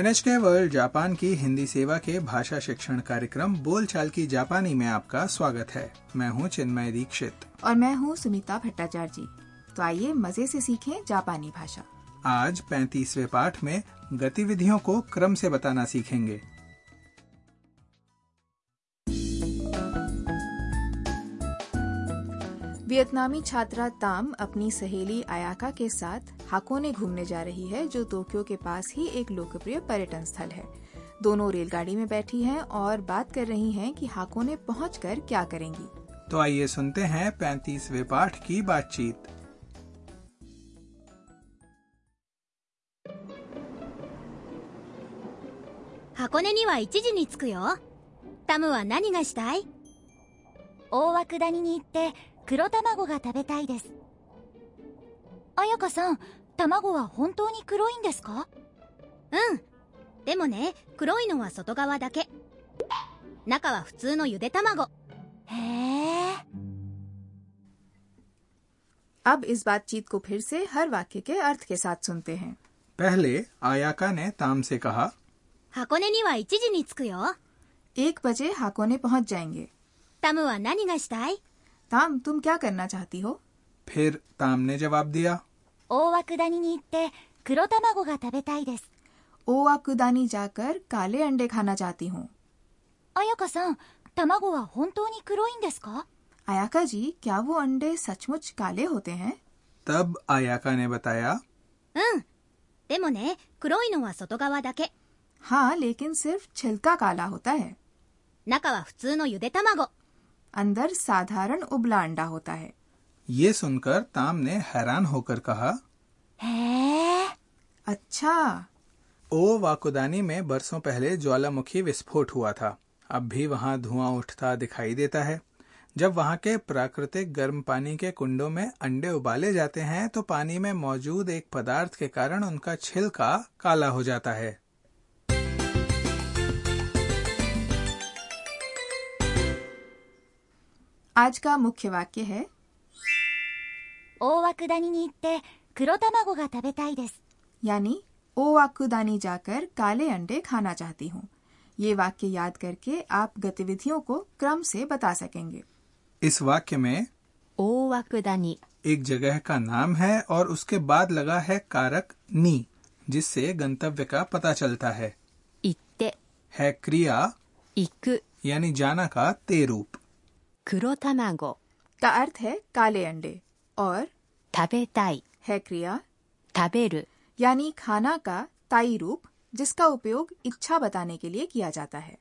NHK world जापान की हिंदी सेवा के भाषा शिक्षण कार्यक्रम बोलचाल की जापानी में आपका स्वागत है मैं हूं चिन्मय दीक्षित और मैं हूँ सुनीता भट्टाचार्य जी तो आइए मजे से सीखें जापानी भाषा आज 35वें पाठ में गतिविधियों को क्रम से बताना सीखेंगे वियतनामी छात्रा ताम अपनी सहेली आयाका के साथ हाकोने घूमने जा रही है जो टोक्यो के पास ही एक लोकप्रिय पर्यटन स्थल है दोनों रेलगाड़ी में बैठी हैं और बात कर रही हैं कि हाकोने पहुंचकर क्या करेंगी तो आइए सुनते हैं 35वें पाठ की बातचीत 箱根には1時に着くよタムは何がしたい大涌谷に行って黒卵が食べたいです彩香さん卵は本当に黒いんですかうんでもね黒いのは外側だけ中は普通のゆで卵へえ अब इस बातचीत को फिर से हर वाक्य के अर्थ के साथ सुनते हैं पहले आयाका ने ताम से कहा 箱根には1時に着くよ एक बजे हाकोने पहुंच जाएंगे タムは何がしたい ताम तुम क्या करना चाहती हो फिर ताम ने जवाब दिया 大涌谷に行って黒卵が食べたいです ओवा कुदानी जाकर काले अंडे खाना चाहती हूँ 彩香さん卵は本当に黒いんですか आयाका जी क्या वो अंडे सचमुच काले होते हैं तब आयाका ने बताया うんでもね黒いのは外側だけ हाँ लेकिन सिर्फ छिलका काला होता है 中は普通のゆで卵 अंदर साधारण उबला अंडा होता है ये सुनकर ताम ने हैरान होकर कहा へえ अच्छा ओ वाकुदानी में बरसों पहले ज्वालामुखी विस्फोट हुआ था अब भी वहाँ धुआं उठता दिखाई देता है जब वहाँ के प्राकृतिक गर्म पानी के कुंडों में अंडे उबाले जाते हैं तो पानी में मौजूद एक पदार्थ के कारण उनका छिलका काला हो जाता है आज का मुख्य वाक्य है 大涌谷に行って黒卵が食べたいです यानी ओवाकुदानी जाकर काले अंडे खाना चाहती हूँ ये वाक्य याद करके आप गतिविधियों को क्रम से बता सकेंगे इस वाक्य में 大涌谷 एक जगह का नाम है और उसके बाद लगा है कारक नी जिससे गंतव्य का पता चलता है 行って है क्रिया 行く यानी जाना का ते रूप 黒卵 का अर्थ है काले अंडे और 食べたい है क्रिया 食べる यानी खाना का ताई रूप जिसका उपयोग इच्छा बताने के लिए किया जाता है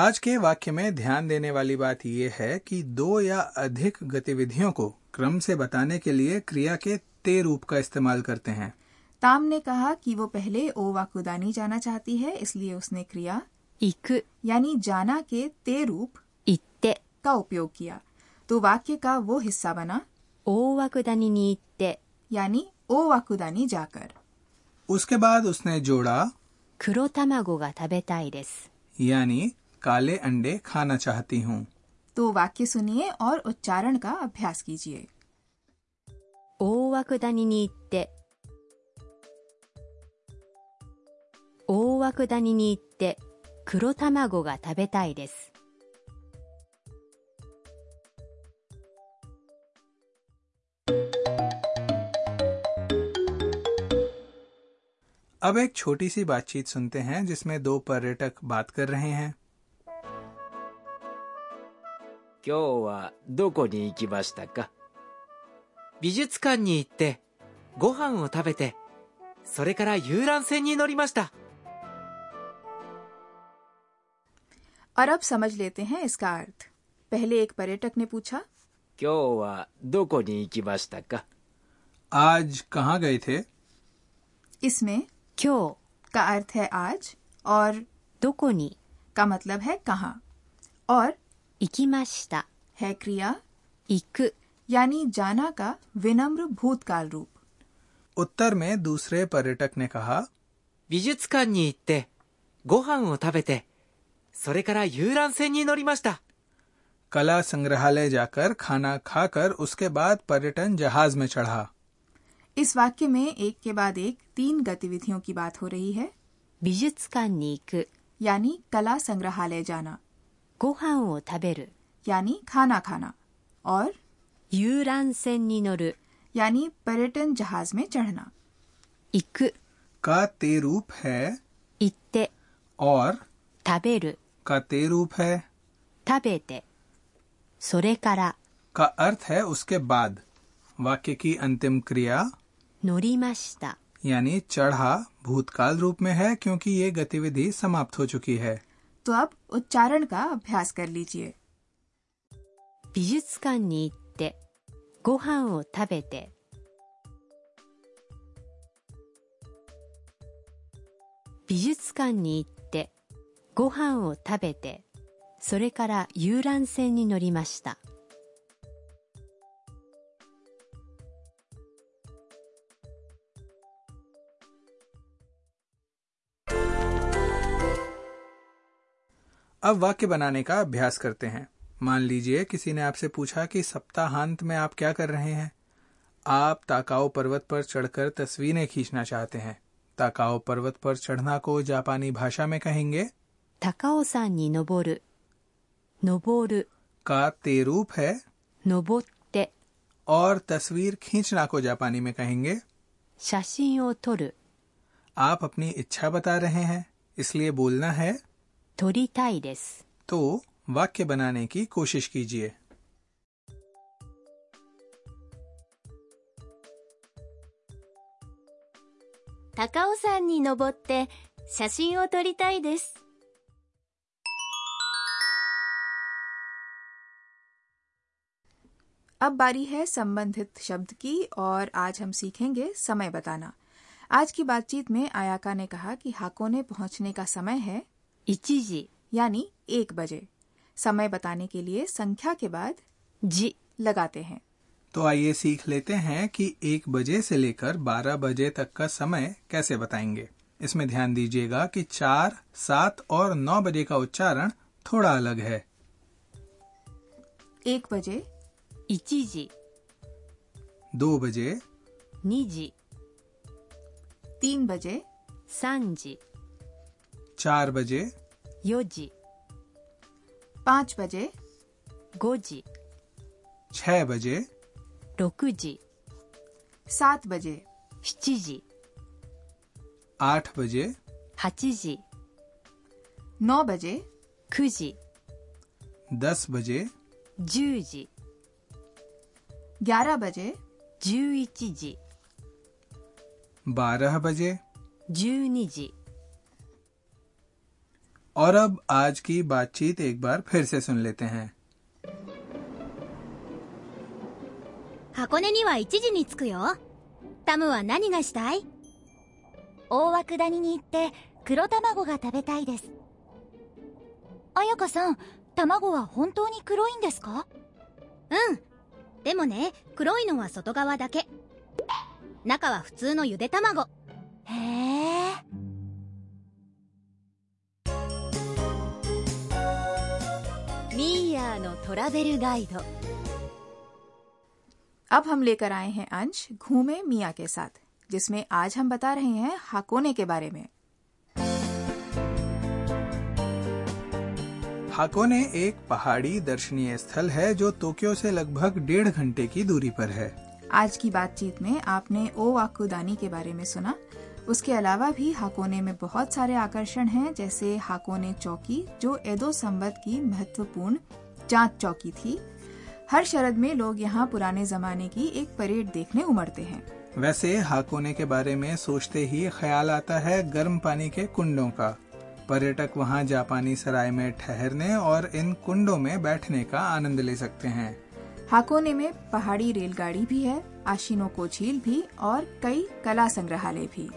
आज के वाक्य में ध्यान देने वाली बात यह है कि दो या अधिक गतिविधियों को क्रम से बताने के लिए क्रिया के ते रूप का इस्तेमाल करते हैं ताम ने कहा कि वो पहले ओवाकुदानी जाना चाहती है इसलिए उसने क्रिया 行く यानी जाना के ते रूप 行って का उपयोग किया तो वाक्य का वो हिस्सा बना 大涌谷に行って यानी ओवाकुदानी जाकर उसके बाद उसने जोड़ा 黒卵が食べたいです यानी काले अंडे खाना चाहती हूँ तो वाक्य सुनिए और उच्चारण का अभ्यास कीजिए 大涌谷に行って大涌谷に行って黒卵が食べたいです अब एक छोटी सी बातचीत सुनते हैं जिसमें दो पर्यटक बात कर रहे हैं 今日はどこに行きましたか美術館に行ってご飯を食べてそれから遊覧船に乗りました और अब समझ लेते हैं इसका अर्थ पहले एक पर्यटक ने पूछा 今日はどこに行きましたか आज कहाँ गए थे इसमें 今日 का अर्थ है आज और どこに का मतलब है कहाँ और 行きました है क्रिया 行く यानी जाना का विनम्र भूतकाल रूप उत्तर में दूसरे पर्यटक ने कहा 美術館に行ってご飯を食べてそれから遊覧船に乗りました कला संग्रहालय जाकर खाना खाकर उसके बाद पर्यटन जहाज में चढ़ा इस वाक्य में एक के बाद एक तीन गतिविधियों की बात हो रही है 美術館に行く यानी कला संग्रहालय जाना ご飯を食べる यानी खाना खाना और 遊覧船に乗る यानी पर्यटन जहाज में चढ़ना 行く का ते रूप है 行って और 食べる का ते रूप है 食べてそれから का अर्थ है उसके बाद वाक्य की अंतिम क्रिया 乗りました यानी चढ़ा भूतकाल रूप में है क्योंकि ये गतिविधि समाप्त हो चुकी है तो अब उच्चारण का अभ्यास कर लीजिए 美術館に行ってご飯を食べて美術館に行ってご飯を食べてそれから遊覧船に乗りました अब वाक्य बनाने का अभ्यास करते हैं मान लीजिए किसी ने आपसे पूछा कि सप्ताहांत में आप क्या कर रहे हैं आप ताकाओ पर्वत पर चढ़कर तस्वीरें खींचना चाहते हैं ताकाओ पर्वत पर चढ़ना को जापानी भाषा में कहेंगे 高尾山に登る登る का ते रूप है 登って、 और तस्वीर खींचना को जापानी में कहेंगे 写真を撮る、 आप अपनी इच्छा बता रहे हैं इसलिए बोलना है 撮りたいです。 तो वाक्य बनाने की कोशिश कीजिए 高尾山に登って写真を撮りたいです अब बारी है संबंधित शब्द की और आज हम सीखेंगे समय बताना आज की बातचीत में आयाका ने कहा कि हाकोने पहुंचने का समय है 1時、 यानी एक बजे समय बताने के लिए संख्या के बाद 時、 लगाते हैं तो आइए सीख लेते हैं कि एक बजे से लेकर बारह बजे तक का समय कैसे बताएंगे इसमें ध्यान दीजिएगा कि चार सात और नौ बजे का उच्चारण थोड़ा अलग है एक बजे 1時、 दो बजे 2時、 तीन बजे 3時、 चार बजे 4時、 पाँच बजे 5時、 छह बजे 6時、 सात बजे 7時、 आठ बजे 8時、 नौ बजे 9時、 दस बजे 10時、 ग्यारह बजे 11時、 बारह बजे 12時、 और अब आज की बातचीत एक बार फिर से सुन लेते हैं 箱根には1時に着くよタムは何がしたい大涌谷に行って黒卵が食べたいです彩香さん卵は本当に黒いんですかうんでもね黒いのは外側だけ中は普通のゆで卵へえミーヤーのトラベルガイド अब हम लेकर आए हैं अंश घूमे मिया के साथ जिसमें आज हम बता रहे हैं हाकोने के बारे में हाकोने एक पहाड़ी दर्शनीय स्थल है जो टोक्यो से लगभग डेढ़ घंटे की दूरी पर है आज की बातचीत में आपने ओ वाकुदानी के बारे में सुना उसके अलावा भी हाकोने में बहुत सारे आकर्षण हैं जैसे हाकोने चौकी जो एदो संवत की महत्वपूर्ण जांच चौकी थी हर शरद में लोग यहाँ पुराने जमाने की एक परेड देखने उमड़ते हैं वैसे हाकोने के बारे में सोचते ही ख्याल आता है गर्म पानी के कुंडों का पर्यटक वहाँ जापानी सराय में ठहरने और इन कुंडों में बैठने का आनंद ले सकते हैं हाकोने में पहाड़ी रेलगाड़ी भी है आशिनो को झील भी और कई कला संग्रहालय भी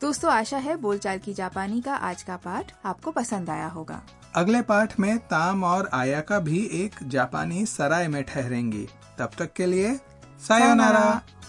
दोस्तों आशा है बोलचाल की जापानी का आज का पाठ आपको पसंद आया होगा अगले पाठ में ताम और आयाका भी एक जापानी सराय में ठहरेंगी तब तक के लिए सायोनारा